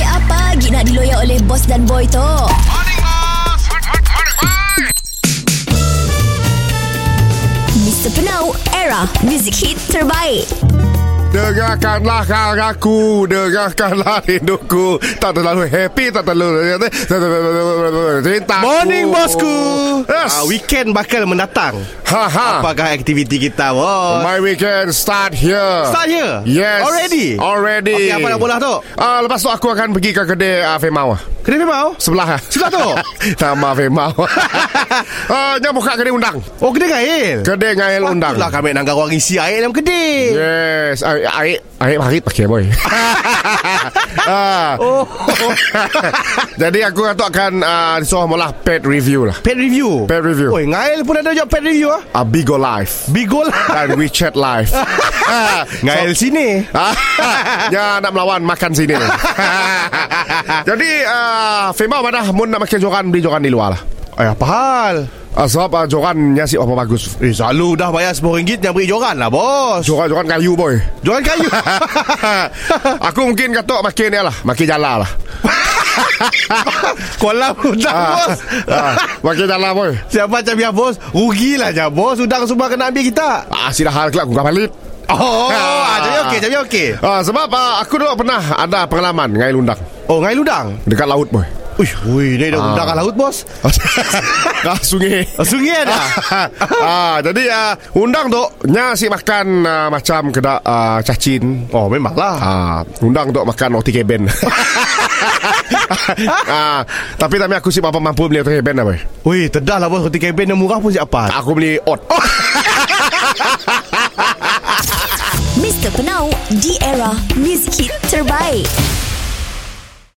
lagi nak diloyak oleh bos dan boy tu? Mr. Penau, era music hit terbaik. Derahkanlah karaku Derahkanlah rinduku Tak terlalu happy Tak terlalu Cinta Morning bosku. Yes. Ah, weekend bakal mendatang. Ha ha Apakah aktiviti kita, bos? My weekend start here Start here? Yes Already? Already Okey, apa nak lah, bola tu? Ah, Lepas tu aku akan pergi ke kedai uh, Femau Kena memang? Sebelah Sebelah tu? Nama Femau Ah, Dia buka kedai undang Oh, kedai kail. Kedai ngail undang Lah kami nak garang isi air dalam kedai. Yes Arik Arik Arik Arik pakai boy ah. Oh. Jadi aku tu akan uh, Disuruh mula pet review lah Pet review. Pet review. Oi, ngail pun ada job pet review ah. uh, Bigo Live Bigol. Dan WeChat Live Ah, Ngail sini. Ah, ya nak melawan makan sini. Jadi uh, Fema mana mun nak makan joran beli joran di luar lah. Eh, apa hal? Uh, sebab uh, jorannya si apa bagus. Eh, selalu dah bayar RM10 yang beri joran lah, bos. Joran-joran kayu boy. Joran kayu. Aku mungkin katok makin ni lah, makin jala lah. Kolam udang, bos. ah, makin jala boy. Siapa macam biar bos Rugilah je bos Udang semua kena ambil kita Ah, silah hal kelak aku kau balik. Oh Ah. ah. Jadi okey Jadi okey Ah, sebab ah, aku dulu pernah ada pengalaman ngai lundang Oh ngai ludang dekat laut boy. Uish Ui ni dah Ah. udang kat laut bos Dah sungai. Ah, Sungai ada ah, jadi ah, undang tu nya si makan ah, macam kedak ah, cacin. Oh memang lah Ah, undang tu makan roti keben. ah, tapi tapi aku si bapa mampu beli roti keben lah boy. Ui tedah lah bos Roti kempen yang murah pun siapa Aku beli oat. Mr. Penau, di era music hit terbaik.